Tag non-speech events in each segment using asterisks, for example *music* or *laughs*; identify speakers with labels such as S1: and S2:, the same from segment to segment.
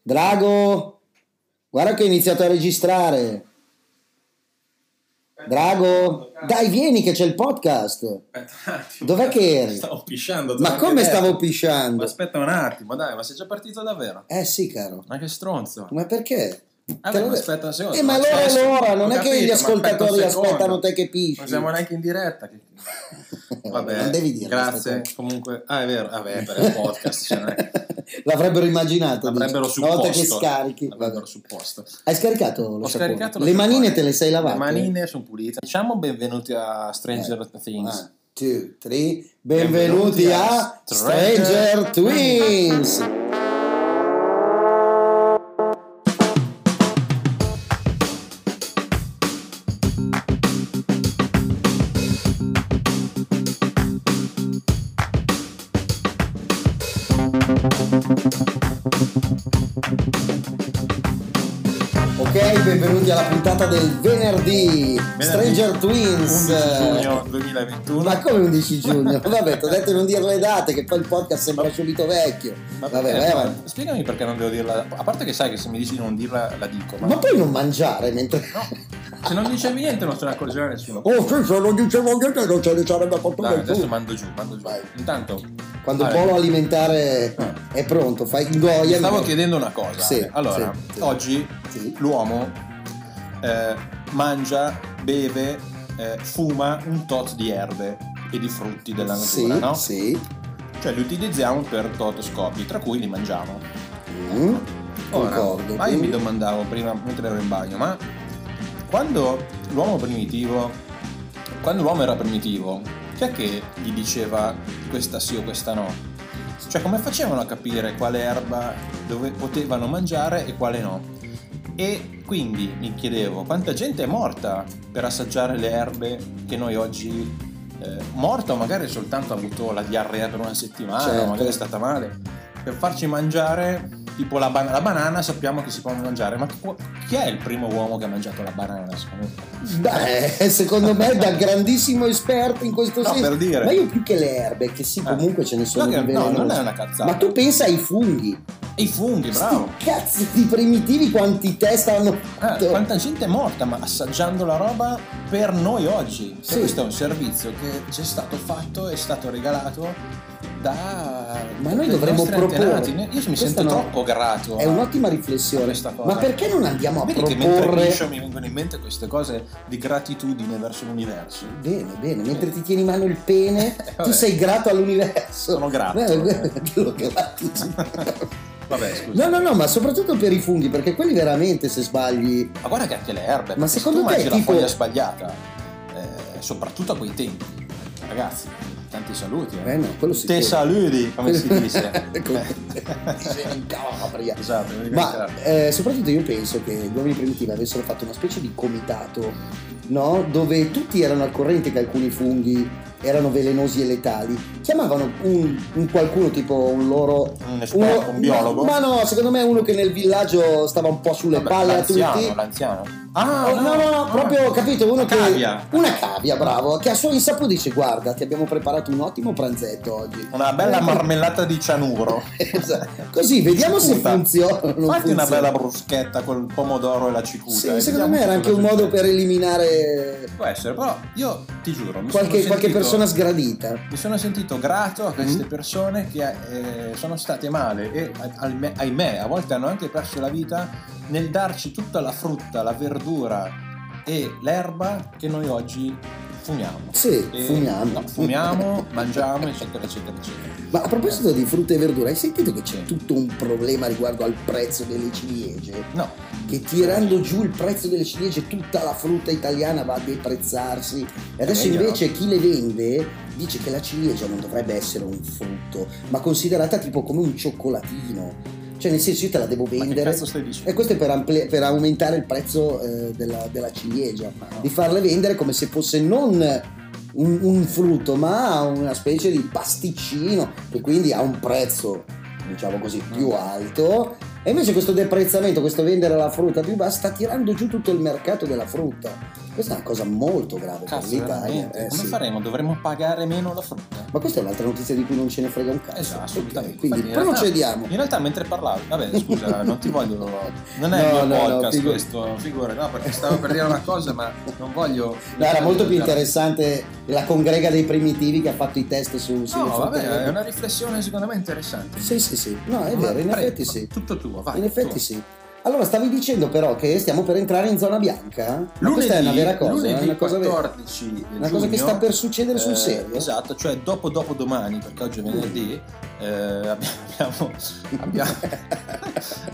S1: Drago, guarda che ho iniziato a registrare. Drago, dai, vieni che c'è il podcast.
S2: Aspetta un attimo.
S1: Dov'è che eri?
S2: Stavo pisciando. te
S1: Ma
S2: l'ho
S1: come
S2: anche
S1: stavo
S2: detto. Ma
S1: pisciando?
S2: Aspetta un attimo, dai, ma sei già partito davvero?
S1: Eh sì, caro.
S2: Ma che stronzo.
S1: Ma perché?
S2: Ah,
S1: Te
S2: beh,
S1: l'ho
S2: ma
S1: detto.
S2: aspetta un secondo.
S1: Eh, ma allora,
S2: adesso-
S1: allora, non
S2: ho
S1: è che
S2: capito,
S1: gli
S2: ma aspetta un
S1: ascoltatori
S2: secondo.
S1: aspettano te che pisci. *laughs*
S2: Non siamo neanche in diretta. Che... Vabbè,
S1: Eh, non devi dire.
S2: Grazie, comunque. Ah, è vero, vabbè, per il podcast. cioè, non
S1: *laughs*
S2: è-
S1: L'avrebbero immaginato.
S2: L'avrebbero
S1: dici. Una volta che
S2: supposto.
S1: scarichi.
S2: L'avrebbero
S1: Vabbè.
S2: supposto.
S1: Hai scaricato lo
S2: Ho
S1: sapone?
S2: scaricato lo
S1: Le
S2: sapone.
S1: manine te le sei lavate?
S2: Le manine sono pulite. Diciamo benvenuti a Stranger
S1: Eh,
S2: Things.
S1: One, two, three. Benvenuti a *laughs* Stranger Twins. Ok, benvenuti alla puntata del venerdì. Stranger Twins.
S2: 11 giugno 2021.
S1: Ma come 11
S2: *laughs*
S1: giugno? *laughs* Vabbè, ti ho detto di non dire le date, che poi il podcast sembra subito vecchio.
S2: Ma
S1: Vabbè,
S2: perché-
S1: vai avanti.
S2: Spiegami perché non devo dirla. A parte che sai che se mi dici di non dirla, la dico. Ma,
S1: Ma puoi non mangiare mentre.
S2: no, se non dicevi niente, non se ne accorgerà nessuno.
S1: *laughs* Oh, sì, se non dicevo niente non ce ne sarebbe fatto
S2: Dai, adesso
S1: nessuno.
S2: mando giù, mando giù.
S1: Vai.
S2: Intanto,
S1: Quando il
S2: Vabbè.
S1: polo alimentare è pronto, fai ingoia.
S2: Ah. stavo
S1: ingoia.
S2: chiedendo una cosa.
S1: Sì,
S2: allora,
S1: sì, sì.
S2: oggi
S1: Sì.
S2: l'uomo eh, mangia, beve, eh, fuma un tot di erbe e di frutti della
S1: Sì,
S2: natura, no?
S1: sì.
S2: Cioè li utilizziamo per tot scopi, tra cui li mangiamo.
S1: Mm,
S2: Ora,
S1: Concordo.
S2: ma io mi
S1: quindi-
S2: domandavo prima, mentre ero in bagno, ma quando l'uomo primitivo, quando l'uomo era primitivo, chi è che gli diceva questa sì o questa no? Cioè come facevano a capire quale erba dove potevano mangiare e quale no? E quindi mi chiedevo quanta gente è morta per assaggiare le erbe che noi oggi eh, morta o magari soltanto ha avuto la diarrea per una settimana,
S1: Certo.
S2: o magari è stata male, per farci mangiare tipo la, ban- la banana sappiamo che si può mangiare, ma qu- chi è il primo uomo che ha mangiato la banana secondo te?
S1: Beh, eh, secondo me da grandissimo esperto in questo
S2: No,
S1: senso.
S2: per dire.
S1: Ma io più che le erbe, che sì,
S2: Eh.
S1: comunque ce ne sono
S2: No, che-
S1: di
S2: no, non
S1: velenose.
S2: è esatto. una cazzata.
S1: Ma tu pensa ai funghi.
S2: E i funghi, bravo.
S1: Sti cazzi di primitivi quanti test hanno
S2: Ah,
S1: fatto.
S2: quanta gente è morta ma assaggiando la roba per noi oggi. Cioè,
S1: Sì.
S2: Questo è un servizio che ci è stato fatto, è stato regalato da...
S1: Ma noi
S2: dai
S1: dovremmo
S2: nostri
S1: proporre.
S2: antenati. Io mi
S1: Questa
S2: sento
S1: no.
S2: troppo grato.
S1: È
S2: a-
S1: un'ottima
S2: a
S1: riflessione.
S2: questa cosa.
S1: Ma perché non andiamo a
S2: Vedi che mentre piscio
S1: proporre?
S2: mi vengono in mente queste cose di gratitudine verso l'universo.
S1: Bene, bene, mentre ti tieni in mano il
S2: *laughs*
S1: pene, tu
S2: vabbè.
S1: sei grato all'universo.
S2: Sono grato.
S1: Beh, beh, Dio, che
S2: *laughs*
S1: battiti.
S2: Vabbè, scusa.
S1: No, no, no, ma soprattutto per i funghi, perché quelli veramente se sbagli.
S2: Ma guarda che anche le erbe.
S1: Ma
S2: perché se
S1: secondo
S2: tu
S1: te,
S2: mangi
S1: tipo-
S2: la foglia sbagliata, eh, soprattutto a quei tempi, ragazzi, tanti saluti. Eh.
S1: Eh no, quello si
S2: Te
S1: può.
S2: saluti,
S1: *laughs*
S2: come si dice.
S1: Come
S2: Eh.
S1: si dice in Calabria.
S2: Esatto, mi
S1: Ma
S2: ricordo.
S1: eh, soprattutto io penso che gli uomini primitivi avessero fatto una specie di comitato, no? Dove tutti erano al corrente che alcuni funghi erano velenosi e letali. Chiamavano un, un qualcuno tipo un loro...
S2: un esperto,
S1: uno-
S2: un biologo.
S1: Ma no, secondo me uno che nel villaggio stava un po' sulle
S2: Vabbè,
S1: palle a
S2: l'anziano,
S1: tutti.
S2: l'anziano.
S1: Ah, no, no, no, proprio capito, uno
S2: Una
S1: che
S2: cavia.
S1: una cavia, bravo, che a suo insaputo dice "Guarda, ti abbiamo preparato un ottimo pranzetto oggi". *laughs*
S2: Una bella marmellata di cianuro.
S1: Esatto. Così *laughs* vediamo se
S2: Cicuta.
S1: funziona. o non
S2: Fatti
S1: funziona.
S2: una bella bruschetta col pomodoro e la cicuta.
S1: Sì,
S2: e
S1: secondo
S2: vediamo
S1: me era
S2: eh, diciamo cosa
S1: anche un
S2: succede.
S1: modo per eliminare
S2: Può essere, però io ti giuro, mi
S1: qualche, qualche
S2: sono sentito-
S1: persona sgradita.
S2: Mi sono sentito grato a queste
S1: Mm.
S2: persone che eh, sono state male e a- ahimè, ahimè, a volte hanno anche perso la vita nel darci tutta la frutta, la verdura e l'erba che noi oggi fumiamo.
S1: Sì,
S2: E-
S1: fumiamo.
S2: no, fumiamo, mangiamo, eccetera, eccetera, eccetera.
S1: Ma a proposito di frutta e verdura, hai sentito che c'è tutto un problema riguardo al prezzo delle ciliegie?
S2: No,
S1: Che tirando giù il prezzo delle ciliegie tutta la frutta italiana va a deprezzarsi. E adesso
S2: Eh, Meglio,
S1: invece chi le vende dice che la ciliegia non dovrebbe essere un frutto, ma considerata tipo come un cioccolatino. Cioè nel senso io te la devo
S2: ma che
S1: vendere.
S2: cazzo stai dicendo?
S1: E questo è per, ampli- per aumentare il prezzo eh, della, della ciliegia,
S2: Ah.
S1: di farle vendere come se fosse non un, un frutto, ma una specie di pasticcino che quindi ha un prezzo, diciamo così, più
S2: Ah.
S1: alto. E invece questo deprezzamento, questo vendere la frutta più bassa, sta tirando giù tutto il mercato della frutta. Questa è una cosa molto grave
S2: Cazzo,
S1: per l'Italia.
S2: veramente?
S1: eh,
S2: Come
S1: sì.
S2: faremo? Dovremmo pagare meno la frutta?
S1: Ma questa è un'altra notizia di cui non ce ne frega un cazzo.
S2: Esatto, assolutamente.
S1: Ok, Quindi
S2: Infatti, in realtà-
S1: procediamo.
S2: In realtà mentre parlavi, vabbè
S1: *laughs*
S2: scusa, non ti voglio, non è
S1: No,
S2: il
S1: no,
S2: mio
S1: no,
S2: podcast
S1: figu-
S2: questo, figura, no perché stavo per dire una cosa ma non voglio...
S1: No, era molto più
S2: interessante
S1: interessante la congrega dei primitivi che ha fatto i test su
S2: No,
S1: Silvio
S2: vabbè,
S1: Fontenelle.
S2: è una riflessione secondo me interessante.
S1: Sì, sì, sì. No, è
S2: Ma
S1: vero, in
S2: prego,
S1: effetti sì.
S2: Tutto tuo, vai.
S1: In effetti
S2: tu.
S1: sì. Allora, stavi dicendo però che stiamo per entrare in zona bianca? Ma
S2: Lunedì,
S1: questa è una vera cosa,
S2: lunedì
S1: è una cosa vera.
S2: 14
S1: Una cosa che
S2: giugno,
S1: sta per succedere sul
S2: eh,
S1: serio.
S2: Esatto, cioè dopo dopo domani, perché oggi è venerdì, eh, *laughs* abbiamo,
S1: *laughs*
S2: abbiamo,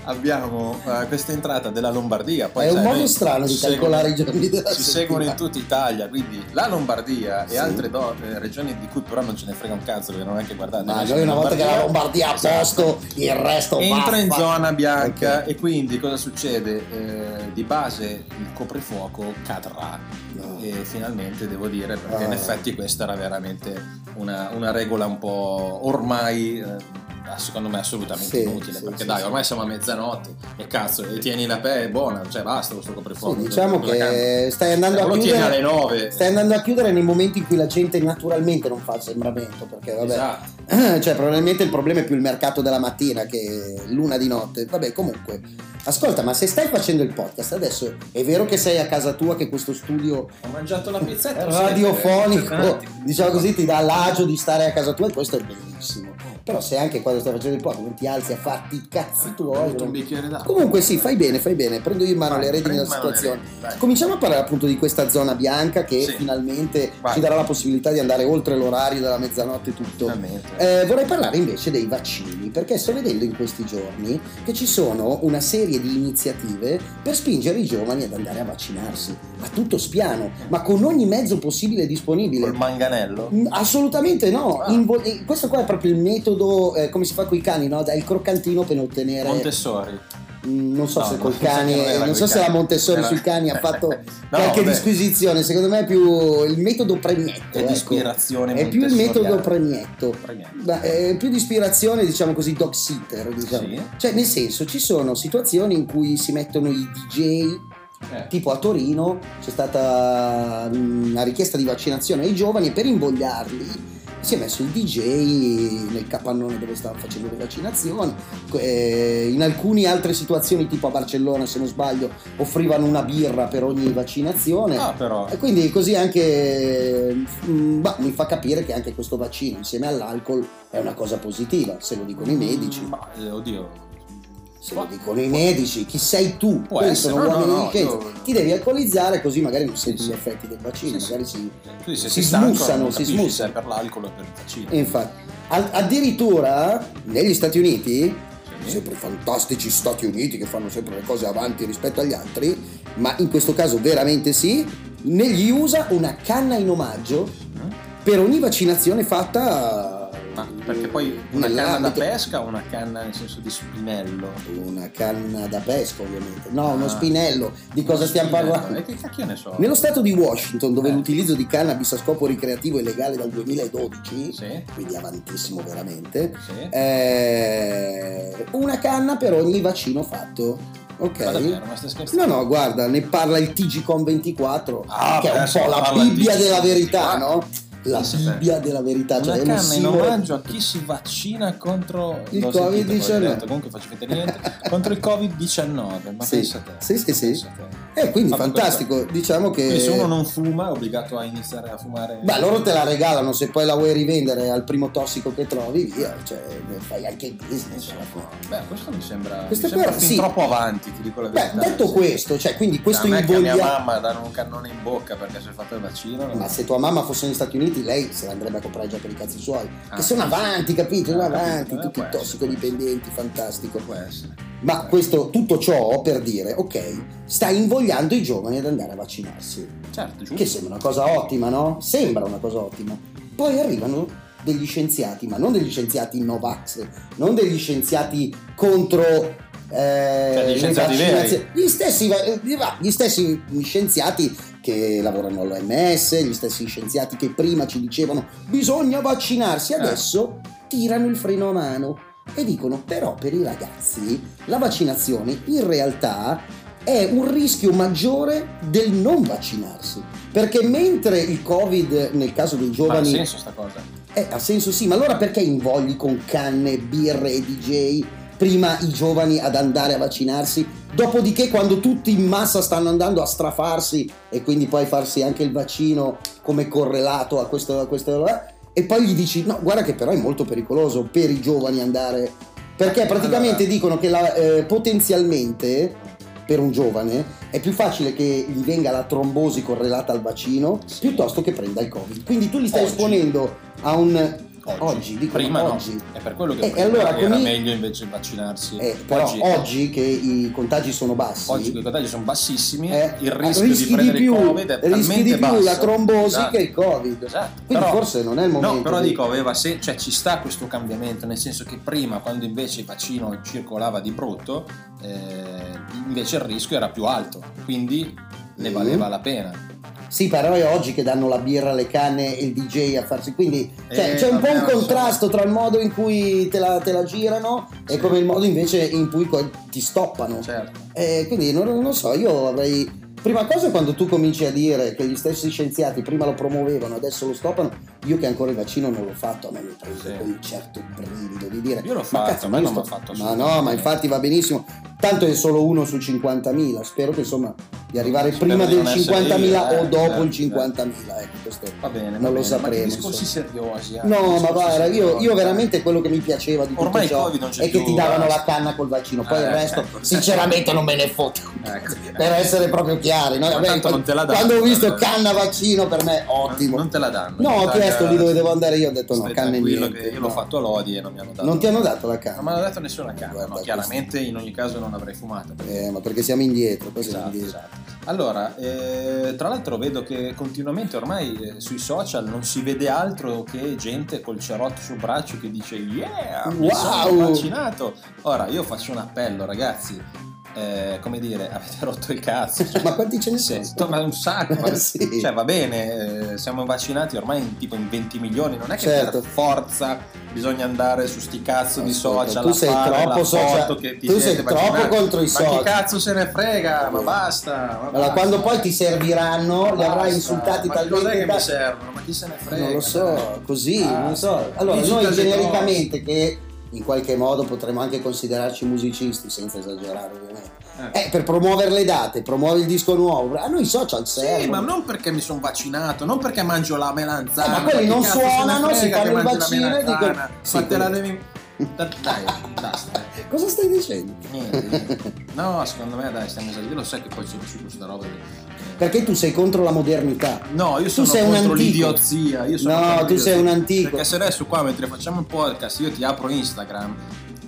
S2: abbiamo, eh, questa entrata della Lombardia. Poi,
S1: è un
S2: sai,
S1: modo
S2: noi
S1: strano di
S2: ci seguono-
S1: calcolare i giorni della
S2: Ci seguono in tutta Italia, quindi la Lombardia
S1: Sì.
S2: e altre do- eh, regioni di cui però non ce ne frega un cazzo, perché non è che guardate.
S1: Ma
S2: noi
S1: noi una
S2: siamo
S1: volta che la Lombardia ha
S2: Esatto.
S1: posto, il resto
S2: entra in
S1: vaffa.
S2: zona bianca
S1: Esatto, Ok.
S2: e quindi cosa succede? Eh, di base il coprifuoco cadrà
S1: No.
S2: e finalmente devo dire perché in
S1: Ah.
S2: effetti questa era veramente una, una regola un po' ormai eh, secondo me assolutamente
S1: Sì,
S2: inutile
S1: sì,
S2: perché
S1: sì,
S2: dai
S1: sì.
S2: ormai siamo a mezzanotte e cazzo e tieni la pe è buona cioè basta questo coprifuoco
S1: Sì, diciamo
S2: Cosa cambia?
S1: che stai andando,
S2: Cioè,
S1: a
S2: lo tieni alle
S1: chiudere,
S2: 9
S1: stai andando a chiudere nei momenti in cui la gente naturalmente non fa il sembramento, perché vabbè,
S2: esatto.
S1: *clears throat* cioè probabilmente il problema è più il mercato della mattina che l'una di notte. Vabbè, comunque, ascolta, ma se stai facendo il podcast adesso, è vero che sei a casa tua, che questo studio
S2: ho mangiato la pizzetta
S1: Eh, radiofonico,
S2: sempre, eh,
S1: diciamo così, ti dà l'agio di stare a casa tua e questo è bellissimo. Però se anche quando stai facendo il podcast non ti alzi a farti i cazzi tuoi.
S2: Butto un bicchiere d'acqua
S1: Comunque sì, fai bene, fai bene, prendo in mano
S2: Vai,
S1: le redini
S2: prendi
S1: della
S2: in mano le
S1: situazione.
S2: redini, vai.
S1: Cominciamo a parlare appunto di questa zona bianca che
S2: Sì.
S1: finalmente
S2: Vai.
S1: ci darà la possibilità di andare oltre l'orario della mezzanotte e tutto.
S2: Finalmente.
S1: Eh, vorrei parlare invece dei vaccini, perché sto vedendo in questi giorni che ci sono una serie di iniziative per spingere i giovani ad andare a vaccinarsi, a tutto spiano, ma con ogni mezzo possibile e disponibile.
S2: col manganello
S1: Mm, Assolutamente no,
S2: Ah.
S1: Invo- eh, questo qua è proprio il metodo, eh, come si fa con i cani, no? Dai il croccantino per ottenere...
S2: Montessori
S1: Mm, non so
S2: No,
S1: se
S2: no,
S1: col
S2: mi sa
S1: cane,
S2: che non era
S1: non
S2: coi
S1: so se
S2: cani.
S1: la Montessori
S2: Era-
S1: sui cani
S2: *laughs*
S1: ha fatto
S2: No,
S1: qualche
S2: vabbè,
S1: disquisizione, secondo me è più il metodo pregnetto.
S2: è di
S1: ecco.
S2: ispirazione
S1: È più il metodo
S2: montessoriana.
S1: pregnetto.
S2: Pregnante.
S1: Ma è più di ispirazione, diciamo così, dog sitter. Diciamo.
S2: Sì.
S1: Cioè, nel senso, ci sono situazioni in cui si mettono i DJ,
S2: Eh,
S1: tipo a Torino c'è stata mm, una richiesta di vaccinazione ai giovani per invogliarli. Si è messo il DJ nel capannone dove stavano facendo le vaccinazioni. eh, in alcune altre situazioni, tipo a Barcellona, se non sbaglio, offrivano una birra per ogni vaccinazione.
S2: ah però
S1: E quindi così anche mm, bah, mi fa capire che anche questo vaccino insieme all'alcol è una cosa positiva, se lo dicono i medici.
S2: ma, eh, oddio
S1: Se lo dicono i medici, chi sei tu?
S2: Può
S1: Quelli
S2: essere,
S1: sono
S2: no, no,
S1: uomini
S2: no,
S1: di scienza.
S2: io-
S1: Ti devi alcolizzare così magari non senti
S2: Sì,
S1: gli
S2: sì.
S1: effetti del vaccino,
S2: Sì, sì.
S1: magari si...
S2: tu se
S1: Si
S2: sei stanco,
S1: smussano,
S2: non
S1: si
S2: capisci se
S1: smussano. Eh,
S2: è per l'alcol o per il vaccino
S1: E infatti, a- addirittura negli Stati Uniti,
S2: Sì.
S1: sempre i fantastici Stati Uniti che fanno sempre le cose avanti rispetto agli altri, ma in questo caso veramente sì, negli USA una canna in omaggio
S2: Mm?
S1: per ogni vaccinazione fatta...
S2: Ma perché poi una canna da
S1: nell'ambito-
S2: pesca o una canna nel senso di spinello
S1: Una canna da pesca ovviamente, no, uno
S2: Ah.
S1: spinello, di cosa stiamo
S2: Spinello?
S1: parlando?
S2: e che cacchio ne so
S1: Nello stato di Washington, dove
S2: Eh.
S1: l'utilizzo di cannabis a scopo ricreativo è legale dal 2012,
S2: sì,
S1: quindi avantissimo veramente,
S2: sì.
S1: eh, una canna per ogni vaccino fatto. Ok?
S2: ma davvero ma stai scherzando
S1: No, no, guarda, ne parla il TGCOM24,
S2: Ah,
S1: che è un
S2: adesso
S1: po' la
S2: parla il
S1: Bibbia della
S2: TGCOM24.
S1: verità, no? La
S2: Sì, sì.
S1: Bibbia della verità,
S2: una
S1: cioè è
S2: canna
S1: un
S2: in
S1: simbolo.
S2: omaggio a chi si vaccina contro
S1: Il
S2: l'ho sentito, poi ho
S1: Covid-19.
S2: detto, comunque faccio finta di niente contro il covid-19 ma
S1: Sì.
S2: pensa te
S1: Sì, sì, sì.
S2: Pensa te.
S1: Eh, quindi
S2: Vabbè,
S1: fantastico, diciamo che...
S2: Quindi se uno non fuma è obbligato a iniziare a fumare
S1: Beh, loro te la regalano, se poi la vuoi rivendere al primo tossico che trovi, via, cioè ne fai anche il business. alla fine.
S2: Beh, questo mi sembra,
S1: Questo
S2: mi sembra
S1: qua,
S2: fin
S1: sì.
S2: troppo avanti, ti dico la
S1: Beh,
S2: verità.
S1: detto
S2: Sì.
S1: questo, cioè quindi questo
S2: a me che a mia
S1: invoglia...
S2: mamma danno un cannone in bocca perché si è fatto il vaccino.
S1: Ma se tua mamma fosse negli Stati Uniti, lei se l'andrebbe a comprare già per i cazzi suoi.
S2: Ah.
S1: Che sono avanti, capito? Sono
S2: Ah, capito,
S1: avanti,
S2: eh,
S1: tutti
S2: può essere,
S1: tossicodipendenti, fantastico.
S2: può essere.
S1: Ma questo, tutto ciò per dire, ok, sta invogliando i giovani ad andare a vaccinarsi.
S2: Certo, giusto.
S1: Che sembra una cosa ottima, no? Sembra una cosa ottima. Poi arrivano degli scienziati, ma non degli scienziati Novax, non degli scienziati contro. eh,
S2: Cioè, degli
S1: le
S2: scienziati
S1: vaccinazioni. Gli stessi, va- eh, va- gli stessi scienziati che lavorano all'OMS, gli stessi scienziati che prima ci dicevano bisogna vaccinarsi,
S2: Eh.
S1: adesso tirano il freno a mano e dicono però per i ragazzi la vaccinazione in realtà è un rischio maggiore del non vaccinarsi. Perché mentre il Covid, nel caso dei
S2: Ma ha
S1: giovani,
S2: senso sta cosa?
S1: eh, ha senso sì, ma allora perché invogli con canne, birre e DJ prima i giovani ad andare a vaccinarsi? Dopodiché quando tutti in massa stanno andando a strafarsi e quindi poi farsi anche il vaccino come correlato a questo, a questo eh, e poi gli dici no guarda che però è molto pericoloso per i giovani andare perché praticamente
S2: Allora.
S1: dicono che la, eh, potenzialmente per un giovane è più facile che gli venga la trombosi correlata al vaccino
S2: Sì.
S1: piuttosto che prenda il covid quindi tu li stai
S2: Oggi.
S1: esponendo a un
S2: Oggi,
S1: Oggi, dico,
S2: prima no.
S1: oggi.
S2: È per quello che
S1: Eh, e
S2: prima
S1: allora
S2: era
S1: con i-
S2: meglio invece vaccinarsi.
S1: eh, però
S2: oggi,
S1: oggi, che i contagi sono bassi
S2: oggi che i contagi sono bassissimi,
S1: eh,
S2: il rischio
S1: rischi
S2: di prendere
S1: più,
S2: il Covid è
S1: rischi
S2: talmente
S1: di più
S2: basso.
S1: la trombosi
S2: Esatto.
S1: che il covid
S2: Esatto.
S1: quindi
S2: Però-
S1: forse non è il momento
S2: No, però
S1: di-
S2: dico, aveva se- cioè, ci sta questo cambiamento, nel senso che prima, quando invece il vaccino circolava di brutto, eh, invece il rischio era più alto, quindi ne
S1: Mm.
S2: valeva la pena.
S1: Sì, però è oggi che danno la birra alle canne e il DJ a farsi. Quindi cioè,
S2: Eh,
S1: c'è un po'
S2: vabbè,
S1: un
S2: lo so.
S1: contrasto tra il modo in cui te la, te la girano e
S2: Sì.
S1: come il modo invece in cui co- ti stoppano.
S2: Certo.
S1: Eh, quindi non, non lo so, io avrei. Prima cosa quando tu cominci a dire che gli stessi scienziati prima lo promuovevano, adesso lo stoppano, io che ancora il vaccino non l'ho fatto, a me mi prende
S2: Sì.
S1: con un certo brivido di dire.
S2: Io l'ho
S1: Ma
S2: fatto,
S1: cazzo,
S2: ma non l'ho
S1: questo-
S2: fatto
S1: Ma no, ma infatti va benissimo. Tanto è solo uno su 50.000, spero che insomma di arrivare
S2: Spero
S1: prima
S2: di
S1: del
S2: non essere
S1: 50.000
S2: io,
S1: o
S2: eh,
S1: dopo
S2: eh,
S1: il 50.000, ecco questo.
S2: Va bene, va
S1: Non lo
S2: bene, Ma che
S1: sapremo,
S2: discorsi seriosi. eh,
S1: No,
S2: discorsi
S1: ma guarda, io,
S2: seriosi.
S1: io veramente quello che mi piaceva di tutto
S2: eh. Ormai il
S1: ciò
S2: Covid non c'è
S1: è che
S2: più,
S1: ti davano
S2: eh.
S1: la canna col vaccino, poi
S2: Eh,
S1: il resto
S2: ecco.
S1: sinceramente non me ne foto.
S2: Ecco.
S1: Per essere proprio chiari, no?
S2: Ma
S1: Vabbè,
S2: tanto non te la danno. eh.
S1: quando ho visto canna vaccino per me ottimo.
S2: Non te la danno.
S1: No,
S2: In
S1: ho
S2: Italia-
S1: chiesto lì dove devo andare io, ho detto no,
S2: Stai
S1: canne
S2: tranquillo
S1: niente,
S2: che io
S1: no.
S2: l'ho fatto a Lodi e non mi hanno dato.
S1: non ti hanno dato la
S2: Non
S1: canna.
S2: mi hanno dato nessuna canna,
S1: Guarda,
S2: no, chiaramente in ogni caso non avrei fumato. perché-
S1: Eh, ma perché siamo indietro, poi siamo
S2: Esatto,
S1: indietro.
S2: esatto. Allora, eh, tra l'altro vedo che continuamente ormai eh, sui social non si vede altro che gente col cerotto sul braccio che dice yeah, mi sono
S1: Wow!
S2: vaccinato. Ora io faccio un appello ragazzi, eh, come dire, *laughs* avete rotto il cazzo. cioè,
S1: Ma quanti ce ne sono?
S2: se- to- ma un sacco,
S1: *laughs*
S2: ma-
S1: Sì.
S2: cioè va bene, eh, siamo vaccinati ormai in, tipo in 20 milioni, non è che
S1: Certo.
S2: per forza bisogna andare su sti cazzo di
S1: Ascolta, Eh,
S2: social
S1: tu
S2: a
S1: sei
S2: fare
S1: troppo
S2: la
S1: social-
S2: foto che ti
S1: tu sei
S2: siete
S1: troppo
S2: vaccinati.
S1: contro i
S2: Ma
S1: social.
S2: chi cazzo se ne frega, ma basta. ma
S1: Allora,
S2: basta.
S1: quando poi ti serviranno, li
S2: Basta.
S1: avrai insultati
S2: ma
S1: talmente
S2: Cos'è che
S1: tanto-
S2: mi servono? Ma chi se ne frega?
S1: non lo so,
S2: dai.
S1: così,
S2: Basta.
S1: non so. Allora,
S2: Digital
S1: noi
S2: detox.
S1: genericamente che in qualche modo potremmo anche considerarci musicisti, senza esagerare ovviamente.
S2: Eh.
S1: Eh, per promuovere le date, promuovi il disco nuovo. A noi i social servono.
S2: Sì, ma non perché mi sono vaccinato, non perché mangio la melanzana.
S1: Eh, ma quelli non
S2: chi cazzo se ne
S1: suonano,
S2: frega
S1: si fanno
S2: che
S1: il
S2: mangi la
S1: vaccino e dicono-
S2: melanzana?
S1: Sì,
S2: Ma te la
S1: quelli-
S2: devi. da- Dai, basta.
S1: Eh, Cosa stai dicendo?
S2: Niente, niente. No, secondo me dai, stiamo esagerando. Lo sai che poi sono uscito questa roba. che-
S1: Perché tu sei contro la modernità.
S2: No, io sono
S1: sei un
S2: contro
S1: antico.
S2: l'idiozia. Io sono
S1: No,
S2: contro
S1: tu sei
S2: l'idiozia.
S1: un antico.
S2: Perché se adesso qua mentre facciamo il podcast io ti apro Instagram,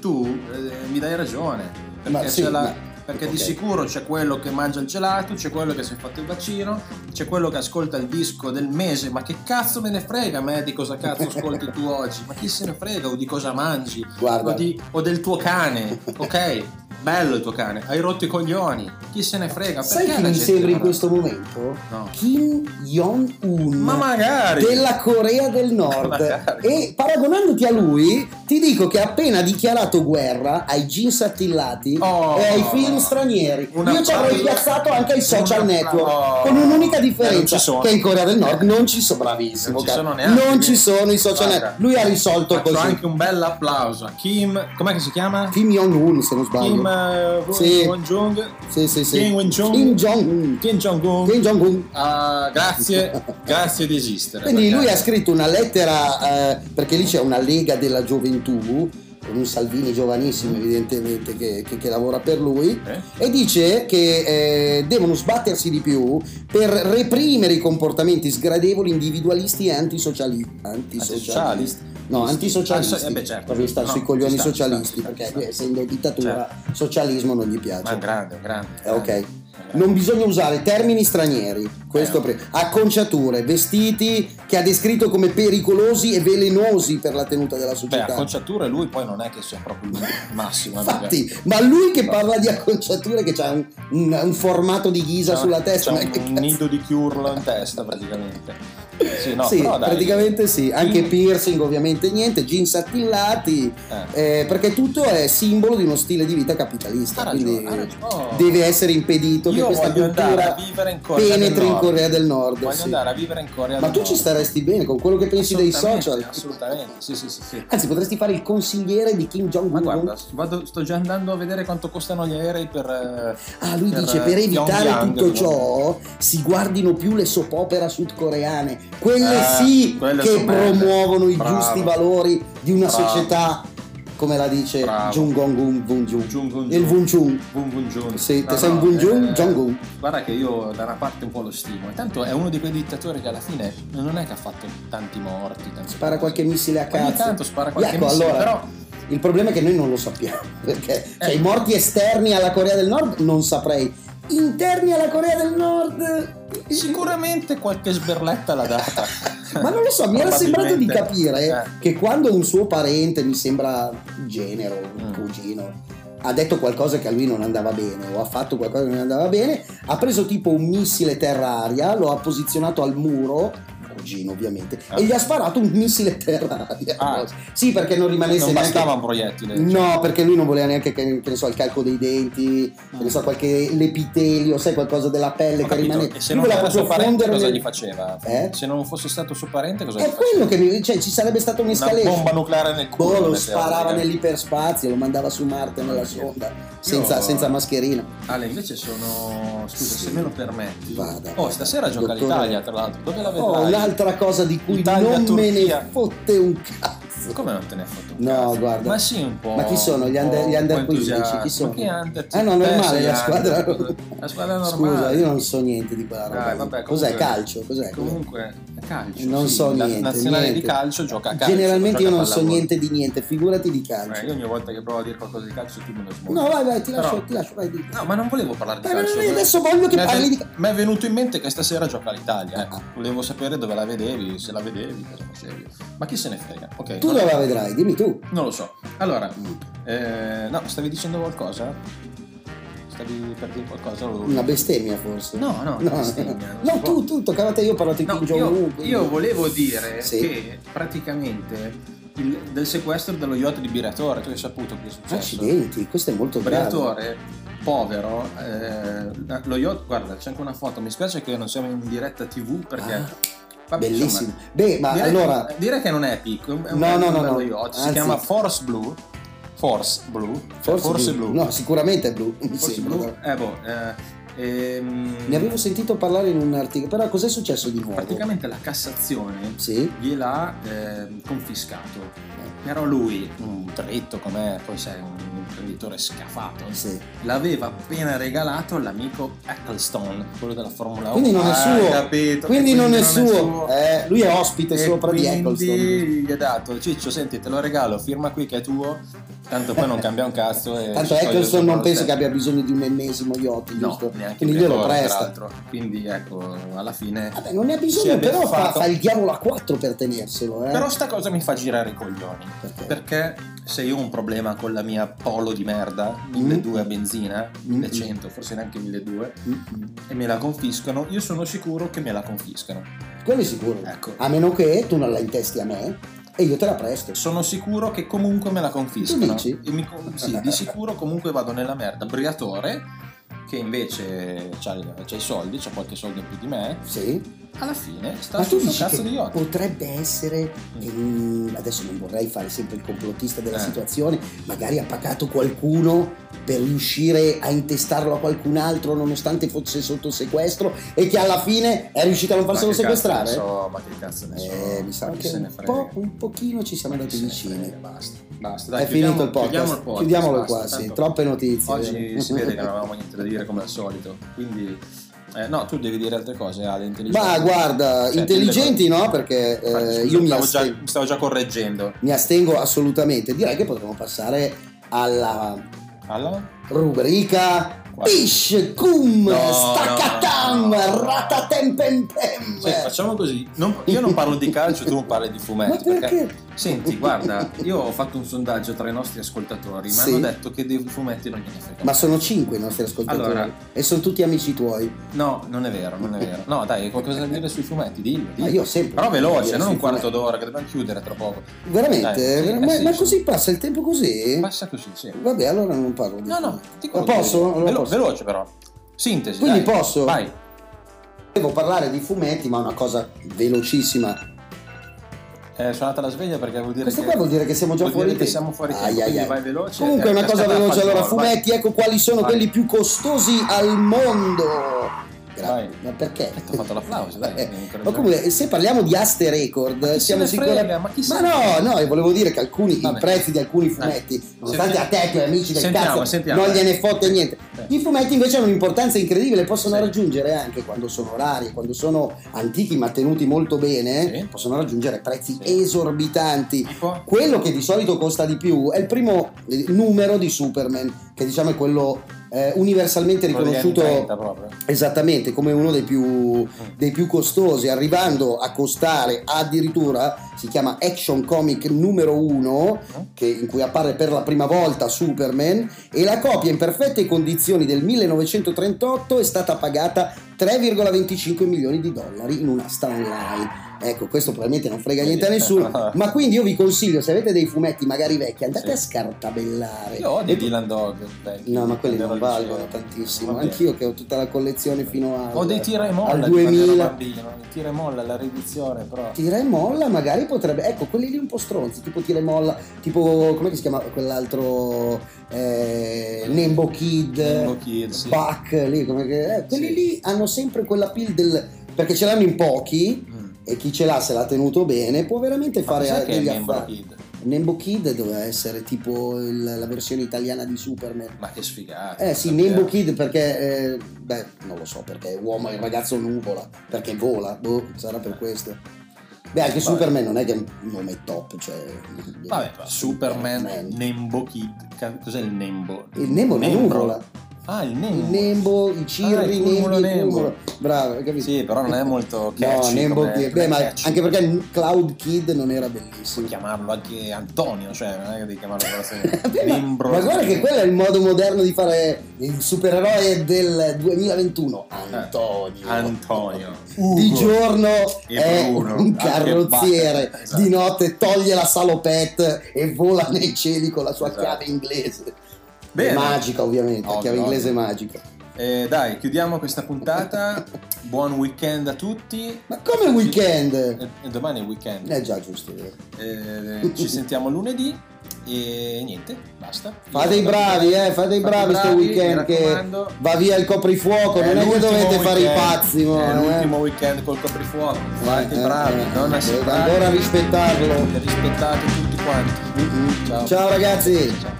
S2: tu eh, mi dai ragione. Perché,
S1: Ma sì,
S2: c'è la-
S1: ma-
S2: perché di
S1: ok.
S2: sicuro c'è quello che mangia il gelato, c'è quello che si è fatto il vaccino, c'è quello che ascolta il disco del mese. Ma che cazzo me ne frega a me di cosa cazzo
S1: *laughs*
S2: ascolti tu oggi? Ma chi se ne frega o di cosa mangi? O,
S1: Guarda,
S2: di- o del tuo
S1: *laughs*
S2: cane, ok? Bello il tuo cane, hai rotto i coglioni. Chi se ne frega?
S1: sai
S2: Perché
S1: chi
S2: la
S1: mi
S2: gente
S1: sembra in
S2: non-
S1: questo momento?
S2: No.
S1: Kim Jong-un.
S2: Ma magari!
S1: della Corea
S2: *laughs*
S1: del Nord
S2: Magari.
S1: e paragonandoti a lui ti dico che ha appena dichiarato guerra ai jeans attillati
S2: Oh.
S1: e ai film stranieri
S2: Una
S1: io ci avrei
S2: bravissima-
S1: piazzato anche ai social
S2: una
S1: network
S2: brava-
S1: con un'unica
S2: Eh, non ci
S1: differenza
S2: sono.
S1: che in Corea del Nord non ci sono bravissimo
S2: Non ci
S1: cara.
S2: sono neanche,
S1: Non
S2: quindi-
S1: ci sono i social
S2: Guarda,
S1: network lui ha risolto
S2: Faccio
S1: così
S2: anche un bel applauso a Kim. Com'è che si chiama?
S1: Kim Jong-un se non sbaglio
S2: Kim eh, Won-
S1: Sì.
S2: Won Jong.
S1: sì, sì, sì.
S2: Kim Jong-un.
S1: Kim Jong-un
S2: Kim Jong-un.
S1: Kim Jong-un
S2: Ah,
S1: *laughs*
S2: grazie, grazie di esistere.
S1: Quindi lui ha
S2: ragazzi.
S1: scritto una lettera, eh, perché lì c'è una Lega della Gioventù, con un Salvini giovanissimo evidentemente che, che- che lavora per lui,
S2: Eh?
S1: e dice che eh, devono sbattersi di più per reprimere i comportamenti sgradevoli individualisti e antisociali- antisocialisti.
S2: Antisocialisti.
S1: No, antisocialisti.
S2: Ah, so- eh beh, certo.
S1: Proprio sta
S2: No,
S1: sui coglioni
S2: ci sta,
S1: socialisti,
S2: ci sta,
S1: perché
S2: ci sta.
S1: essendo dittatura, socialismo non gli
S2: Ma è
S1: piace.
S2: un grande, un grande.
S1: Eh, ok.
S2: grande.
S1: Non bisogna usare termini stranieri,
S2: Eh.
S1: questo pre- acconciature, vestiti che ha descritto come pericolosi e velenosi per la tenuta della
S2: Beh,
S1: società.
S2: acconciature lui poi non è che sia proprio il massimo. eh,
S1: Infatti, ma lui che parla di acconciature, che ha un, un- un formato di ghisa sulla testa,
S2: C'è
S1: ma che
S2: un
S1: cazzo-
S2: nido di chiurlo in testa praticamente. Sì, no,
S1: Sì,
S2: però dai,
S1: praticamente sì, anche
S2: Mm.
S1: piercing ovviamente niente, jeans attillati,
S2: eh,
S1: eh, perché tutto è simbolo di uno stile di vita capitalista,
S2: ha ragione,
S1: quindi
S2: ha ragione. Oh,
S1: deve essere impedito che
S2: Io
S1: questa
S2: voglio andare a
S1: cultura
S2: vivere in Corea del
S1: penetri in
S2: Nord.
S1: Corea del Nord.
S2: Voglio
S1: sì.
S2: andare a vivere in Corea
S1: Ma
S2: del
S1: tu
S2: Nord.
S1: ci staresti bene con quello che pensi dei
S2: Assolutamente,
S1: social?
S2: Assolutamente, sì, sì, sì, sì.
S1: Anzi, potresti fare il consigliere di Kim Jong-un.
S2: Ma guarda, vado- sto già andando a vedere quanto costano gli aerei per... eh,
S1: Ah, lui
S2: per,
S1: dice
S2: eh,
S1: per evitare
S2: Pyongyang,
S1: tutto
S2: dove-
S1: ciò si guardino più le soap opera sudcoreane, quelle
S2: Eh,
S1: sì
S2: quelle
S1: che
S2: sono belle.
S1: promuovono i
S2: Bravo.
S1: giusti valori di una
S2: Bravo.
S1: società, come la dice
S2: Bravo.
S1: Jung Gong Un Bun Jung.
S2: Jung Gun
S1: Il Bun Jung.
S2: Bun Bun Jung.
S1: Sì,
S2: No,
S1: te sei un
S2: no,
S1: Bun
S2: eh,
S1: Jung, Jong Un.
S2: Guarda che io da una parte un po' lo stimo, tanto è uno di quei dittatori che alla fine non è che ha fatto tanti morti, tanti
S1: Spara qualche missile a
S2: Ogni
S1: cazzo.
S2: tanto spara qualche
S1: Ecco,
S2: missile,
S1: allora,
S2: però
S1: Il problema è che noi non lo sappiamo, *laughs* perché cioè,
S2: Eh.
S1: i morti esterni alla Corea del Nord non saprei, interni alla Corea del Nord
S2: sicuramente qualche sberletta l'ha data. Eh.
S1: Ma non lo so, mi era sembrato di capire eh.
S2: Probabilmente.
S1: che quando un suo parente, mi sembra genero, un
S2: Mm.
S1: cugino, ha detto qualcosa che a lui non andava bene o ha fatto qualcosa che non andava bene, ha preso tipo un missile terra-aria, lo ha posizionato al muro, cugino ovviamente,
S2: Ah.
S1: e gli ha sparato un missile terra-aria.
S2: Ah.
S1: Sì, perché non
S2: Eh,
S1: rimanesse
S2: non
S1: neanche...
S2: bastava un proiettile.
S1: No, perché lui non voleva neanche che, che ne so, il calco dei denti, che ne so, qualche l'epitelio, sai, qualcosa della pelle
S2: Ho
S1: che
S2: Mm. capito,
S1: rimane.
S2: e se
S1: lui
S2: non
S1: voleva
S2: era suo
S1: proprio
S2: parente
S1: fondere
S2: cosa
S1: nel-
S2: gli faceva?
S1: Eh?
S2: Se non fosse stato suo parente cosa gli
S1: È
S2: faceva?
S1: quello che mi cioè ci sarebbe stata
S2: Una
S1: un'escalation.
S2: bomba nucleare nel culo.
S1: Boh, lo
S2: metteva,
S1: sparava
S2: praticamente.
S1: nell'iperspazio, lo mandava su Marte nella sonda, senza,
S2: Io-
S1: senza mascherina.
S2: Ale, invece sono. Scusa,
S1: Sì.
S2: se me lo permetti.
S1: Vada,
S2: oh,
S1: vada.
S2: stasera gioca
S1: Dottore-
S2: l'Italia, tra l'altro. Dove la vedrai?
S1: Oh, un'altra cosa di cui
S2: Italia,
S1: non me
S2: Turchia.
S1: ne fotte un cazzo.
S2: Come non te ne hai fatto un
S1: No,
S2: cazzo?
S1: guarda.
S2: Ma sì, un po'.
S1: Ma chi sono? Gli
S2: un
S1: under-
S2: po'
S1: gli under
S2: un po'
S1: 15? Chi
S2: entusiasti.
S1: sono?
S2: Ma chi è under?
S1: Ah, no,
S2: Eh,
S1: normale,
S2: sei
S1: la
S2: under.
S1: squadra-
S2: La squadra
S1: *laughs*
S2: normale.
S1: Scusa, io non so niente di quella roba.
S2: Dai,
S1: lì.
S2: vabbè,
S1: Cos'è
S2: comunque-
S1: calcio? Cos'è?
S2: Comunque, è calcio.
S1: Ecco. Non
S2: sì,
S1: so
S2: la
S1: niente,
S2: nazionale
S1: niente.
S2: di calcio gioca a calcio.
S1: Generalmente
S2: gioca
S1: io
S2: a
S1: non so
S2: pallavolo.
S1: niente di niente, figurati di calcio.
S2: Eh, io ogni volta che provo a dire qualcosa di calcio tu me lo smonti.
S1: No, vai, vai, ti
S2: Però-
S1: lascio, ti lascio, vai. di-
S2: No, ma non volevo parlare di
S1: Dai,
S2: calcio.
S1: dai, dai, adesso voglio che
S2: Mi è
S1: parli
S2: ven-
S1: di calcio.
S2: Mi è venuto in mente che stasera gioca l'Italia. eh.
S1: Ah.
S2: Volevo sapere dove la vedevi, se la vedevi, cosa facevi. Ma chi se ne frega? Ok.
S1: Tu
S2: non-
S1: dove la vedrai? Dimmi tu.
S2: Non lo so. Allora, eh, no, stavi dicendo qualcosa? Stavi per dire qualcosa? Lo-
S1: Una bestemmia forse.
S2: No, no, una bestemmia, non si
S1: No,
S2: può.
S1: tu, tu, toccava a te, io ho parlato di
S2: No,
S1: Kim
S2: io,
S1: Jong-un.
S2: io
S1: quindi-
S2: volevo dire
S1: Sì.
S2: che praticamente il- del sequestro dello yacht di Briatore, tu hai saputo che è successo?
S1: Ah, Accidenti, questo è molto grave.
S2: Briatore, povero, eh, lo yacht, guarda, c'è anche una foto, mi spiace che non siamo in diretta tv perché...
S1: Ah,
S2: vabbè,
S1: Bellissimo.
S2: insomma,
S1: Beh, ma
S2: direi-
S1: allora,
S2: direi che non è picco, è un
S1: No, no, no,
S2: bello
S1: no.
S2: yacht, si
S1: Anzi.
S2: chiama Force Blue, Force Blue, cioè
S1: forse, blu.
S2: Blue.
S1: No, sicuramente è blu. mi
S2: Forse
S1: sembra.
S2: blu, eh, boh, eh, ehm,
S1: Ne avevo sentito parlare in un articolo, però cos'è successo di nuovo?
S2: praticamente la Cassazione
S1: Sì.
S2: gliel'ha ehm, confiscato. Eh, Però lui, un dritto com'è, poi sei un imprenditore scafato,
S1: sì.
S2: l'aveva appena regalato l'amico Ecclestone, quello della Formula 1.
S1: Quindi non è suo.
S2: Ah, capito,
S1: Quindi
S2: che
S1: non è suo. Eh, lui è ospite
S2: E
S1: sopra di Ecclestone.
S2: Quindi Eh, gli ha dato, Ciccio, senti, te lo regalo, firma qui che è tuo, tanto poi non cambia un cazzo. E
S1: Tanto
S2: ci toglie
S1: Ecclestone
S2: sopra
S1: non
S2: lo
S1: penso
S2: stesso.
S1: che abbia bisogno di un ennesimo yacht,
S2: No,
S1: giusto?
S2: neanche
S1: Quindi
S2: il
S1: glielo
S2: record,
S1: presta.
S2: peraltro. Quindi ecco, alla fine...
S1: Vabbè, non ne ha
S2: Si
S1: bisogno,
S2: è
S1: però fa,
S2: beffato.
S1: fa il diavolo a quattro per tenerselo. Eh?
S2: Però sta cosa mi fa girare i coglioni.
S1: Perché?
S2: Perché se io ho un problema con la mia Polo di merda,
S1: Mm.
S2: 1200 a benzina, 1100, forse neanche 1200,
S1: Mm-mm.
S2: e me la confiscano, io sono sicuro che me la confiscano.
S1: Quello è sicuro.
S2: Ecco.
S1: A meno che tu non la intesti a me e io te la presto.
S2: Sono sicuro che comunque me la confiscano.
S1: Tu dici?
S2: Io mi con- sì,
S1: *laughs*
S2: di sicuro comunque vado nella merda. Briatore, che invece c'ha, c'ha i soldi, c'ha qualche soldo in più di me,
S1: Sì?
S2: alla fine sta
S1: Ma tu
S2: sul suo
S1: dici
S2: cazzo
S1: che
S2: di yacht.
S1: potrebbe essere, ehm, adesso non vorrei fare sempre il complottista della
S2: Eh.
S1: situazione, magari ha pagato qualcuno per riuscire a intestarlo a qualcun altro nonostante fosse sotto sequestro e che alla fine è riuscito a non farselo
S2: Ma che cazzo ne
S1: sequestrare?
S2: so, ma che cazzo ne so.
S1: Eh, mi sa
S2: Ma chi
S1: che
S2: se ne
S1: un,
S2: frega.
S1: po', un pochino ci siamo andati
S2: Se ne frega,
S1: vicini.
S2: Basta, basta. Dai,
S1: è finito
S2: chiudiamo-
S1: il podcast.
S2: Chiudiamo il podcast,
S1: Chiudiamolo
S2: basta,
S1: qua, sì.
S2: tanto
S1: Troppe notizie.
S2: Oggi
S1: vero?
S2: si vede
S1: *laughs*
S2: che non avevamo niente da dire come al solito. Quindi, eh, no, tu devi dire altre cose, Ale. intelligenti.
S1: Ma guarda,
S2: Cioè,
S1: intelligenti
S2: delle cose-
S1: no, perché eh,
S2: Infatti, scusa,
S1: io mi,
S2: stavo,
S1: aste-
S2: già, mi stavo già correggendo.
S1: mi astengo assolutamente. Direi che potremmo passare alla
S2: Allora,
S1: rubrica
S2: guarda.
S1: Pish, cum,
S2: No, no,
S1: staccatam,
S2: no, no, no.
S1: ratatempempem.
S2: Sì, facciamo così. Non- io non parlo di calcio, tu parli di
S1: *laughs* Ma
S2: fumetti.
S1: perché? *laughs*
S2: Senti, guarda, io ho fatto un sondaggio tra i nostri ascoltatori, ma
S1: Sì.
S2: hanno detto che dei fumetti non gliene frega.
S1: Ma sono cinque i nostri ascoltatori
S2: Allora.
S1: e sono tutti amici tuoi.
S2: No, non è vero, non è vero. No, dai, hai qualcosa da dire sui fumetti, dillo, dillo.
S1: Ma io ho sempre.
S2: Però veloce,
S1: Io
S2: non
S1: sui
S2: un quarto
S1: fumetti.
S2: d'ora, che dobbiamo chiudere tra poco.
S1: Veramente?
S2: Dai, sì,
S1: ma,
S2: eh sì,
S1: ma
S2: sì.
S1: così passa il tempo così?
S2: Passa così, sì.
S1: Vabbè, allora non parlo di
S2: No, no,
S1: fumetti.
S2: ti quello
S1: Ma
S2: che
S1: posso?
S2: voglio dire.
S1: Allora posso.
S2: Velo- Veloce però. Sintesi.
S1: Quindi
S2: dai.
S1: posso?
S2: Vai.
S1: Devo parlare di fumetti, ma una cosa velocissima.
S2: È Eh, suonata la sveglia perché vuol dire
S1: Questo
S2: che...
S1: qua vuol dire che siamo già
S2: vuol
S1: fuori
S2: dire che
S1: tempo.
S2: siamo fuori tempo,
S1: Ai, ai,
S2: quindi
S1: ai.
S2: vai veloce.
S1: Comunque è una
S2: Eh,
S1: cosa
S2: cascata
S1: veloce,
S2: al
S1: allora
S2: fagiolo, vai.
S1: fumetti, ecco quali sono
S2: Vai.
S1: quelli più costosi al mondo. Grazie.
S2: Vai.
S1: Ma perché?
S2: Eh, ti ho fatto l'applauso, dai.
S1: Eh,
S2: mi incoraggiamo.
S1: Ma comunque, se parliamo di aste record,
S2: Chi se
S1: siamo
S2: ne
S1: sicuri.
S2: frega, Ma chi se
S1: Ma
S2: ne frega?
S1: no, no, io volevo dire che alcuni, i
S2: Vabbè.
S1: prezzi di alcuni fumetti, nonostante a
S2: Sentiamo.
S1: te, tuoi amici del
S2: Sentiamo,
S1: cazzo,
S2: sentiamo,
S1: non
S2: dai.
S1: gliene fotte niente.
S2: Eh.
S1: I fumetti invece hanno un'importanza incredibile, possono
S2: Sì.
S1: raggiungere anche quando sono rari, quando sono antichi ma tenuti molto bene,
S2: Sì.
S1: possono raggiungere prezzi
S2: Sì.
S1: esorbitanti.
S2: Tipo?
S1: Quello che di solito costa di più è il primo eh, numero di Superman, che diciamo è quello eh, universalmente
S2: Quello degli anni
S1: riconosciuto
S2: 30 proprio.
S1: esattamente come uno dei più, dei più costosi, arrivando a costare addirittura, si chiama Action Comic numero 1, che- in cui appare per la prima volta Superman, e la copia in perfette condizioni del 1938 è stata pagata 3,25 milioni di dollari in un'asta online. Ecco, questo probabilmente non frega niente a
S2: *laughs*
S1: nessuno, ma quindi io vi consiglio, se avete dei fumetti magari vecchi, andate
S2: Sì.
S1: a scartabellare.
S2: Io odio
S1: Eh, E-
S2: Dylan Dog. vecchi,
S1: No, ma quelli
S2: quando
S1: non
S2: ero al
S1: valgono
S2: liceo.
S1: tantissimo.
S2: Vabbè.
S1: Anch'io che ho tutta la collezione fino a.
S2: Ho dei tira e
S1: al
S2: molla di quando ero
S1: 2000.
S2: bambino. Il tira e molla, la riedizione, però.
S1: Tira e molla, magari potrebbe. Ecco, quelli lì un po' stronzi, tipo tira e molla, tipo. come si chiama quell'altro? Eh, Nembo Kid,
S2: Rainbow Kid, sì.
S1: Buck, lì, come che- eh, quelli
S2: Sì.
S1: lì hanno sempre quella pill del. perché ce l'hanno in pochi
S2: Mm.
S1: e chi ce l'ha se l'ha tenuto bene può veramente
S2: Ma
S1: fare
S2: cos'è che è
S1: degli
S2: Rainbow
S1: affari.
S2: Kid?
S1: Nembo Kid doveva essere tipo il- la versione italiana di Superman.
S2: Ma che sfigata.
S1: Eh sì,
S2: Perché-
S1: Nembo Kid perché, eh, beh, non lo so perché è uomo e il ragazzo nuvola, perché vola, boh, sarà per questo. Beh, anche
S2: Vabbè.
S1: Superman non è che è un nome top, cioè...
S2: Vabbè, Superman,
S1: Superman.
S2: Nembo Kid. Ca- Cos'è il Nembo?
S1: Il Nembo è
S2: Nembro.
S1: nuvola,
S2: Ah, il
S1: il
S2: Nembo.
S1: Nembo, i
S2: Ah,
S1: cirri,
S2: il
S1: i
S2: cumulo
S1: Nembi, il
S2: Nembo.
S1: cumulo. Bravo, hai capito?
S2: Sì, però non è molto
S1: No,
S2: catchy
S1: Nembo
S2: come-
S1: Kid,
S2: come
S1: beh, ma
S2: catchy.
S1: anche perché Cloud Kid non era
S2: Puoi
S1: bellissimo.
S2: chiamarlo anche Antonio, cioè non è che devi chiamarlo per la serie.
S1: *laughs* Beh, ma,
S2: Nembro.
S1: ma guarda che quello è il modo moderno di fare il supereroe del 2021, Antonio.
S2: Eh. Antonio.
S1: Di
S2: Ugo.
S1: giorno
S2: E
S1: è
S2: Bruno,
S1: un
S2: anche
S1: carrozziere,
S2: Bach, esatto.
S1: di notte toglie la salopette e vola nei cieli con la sua
S2: Esatto.
S1: chiave inglese.
S2: Bene.
S1: Magica ovviamente, la
S2: Ovvio,
S1: chiave inglese
S2: ovvio.
S1: magica.
S2: Eh, dai, chiudiamo questa puntata. Buon weekend a tutti.
S1: Ma come weekend?
S2: E, e domani è weekend.
S1: È già giusto. vero?
S2: Eh, ci sentiamo lunedì. E niente, basta.
S1: Fate i bravi, eh, fate i
S2: Fate
S1: bravi sto
S2: bravi,
S1: weekend
S2: mi
S1: che
S2: raccomando.
S1: va via il coprifuoco, non è che
S2: l'ultimo
S1: dovete fare i
S2: weekend.
S1: pazzi, mo,
S2: È
S1: eh.
S2: l'ultimo weekend col coprifuoco. Fate i
S1: Eh,
S2: bravi,
S1: eh,
S2: non
S1: dovete
S2: assiparvi.
S1: ancora rispettarlo.
S2: Rispettate tutti quanti. Ciao.
S1: Ciao ragazzi.
S2: Ciao.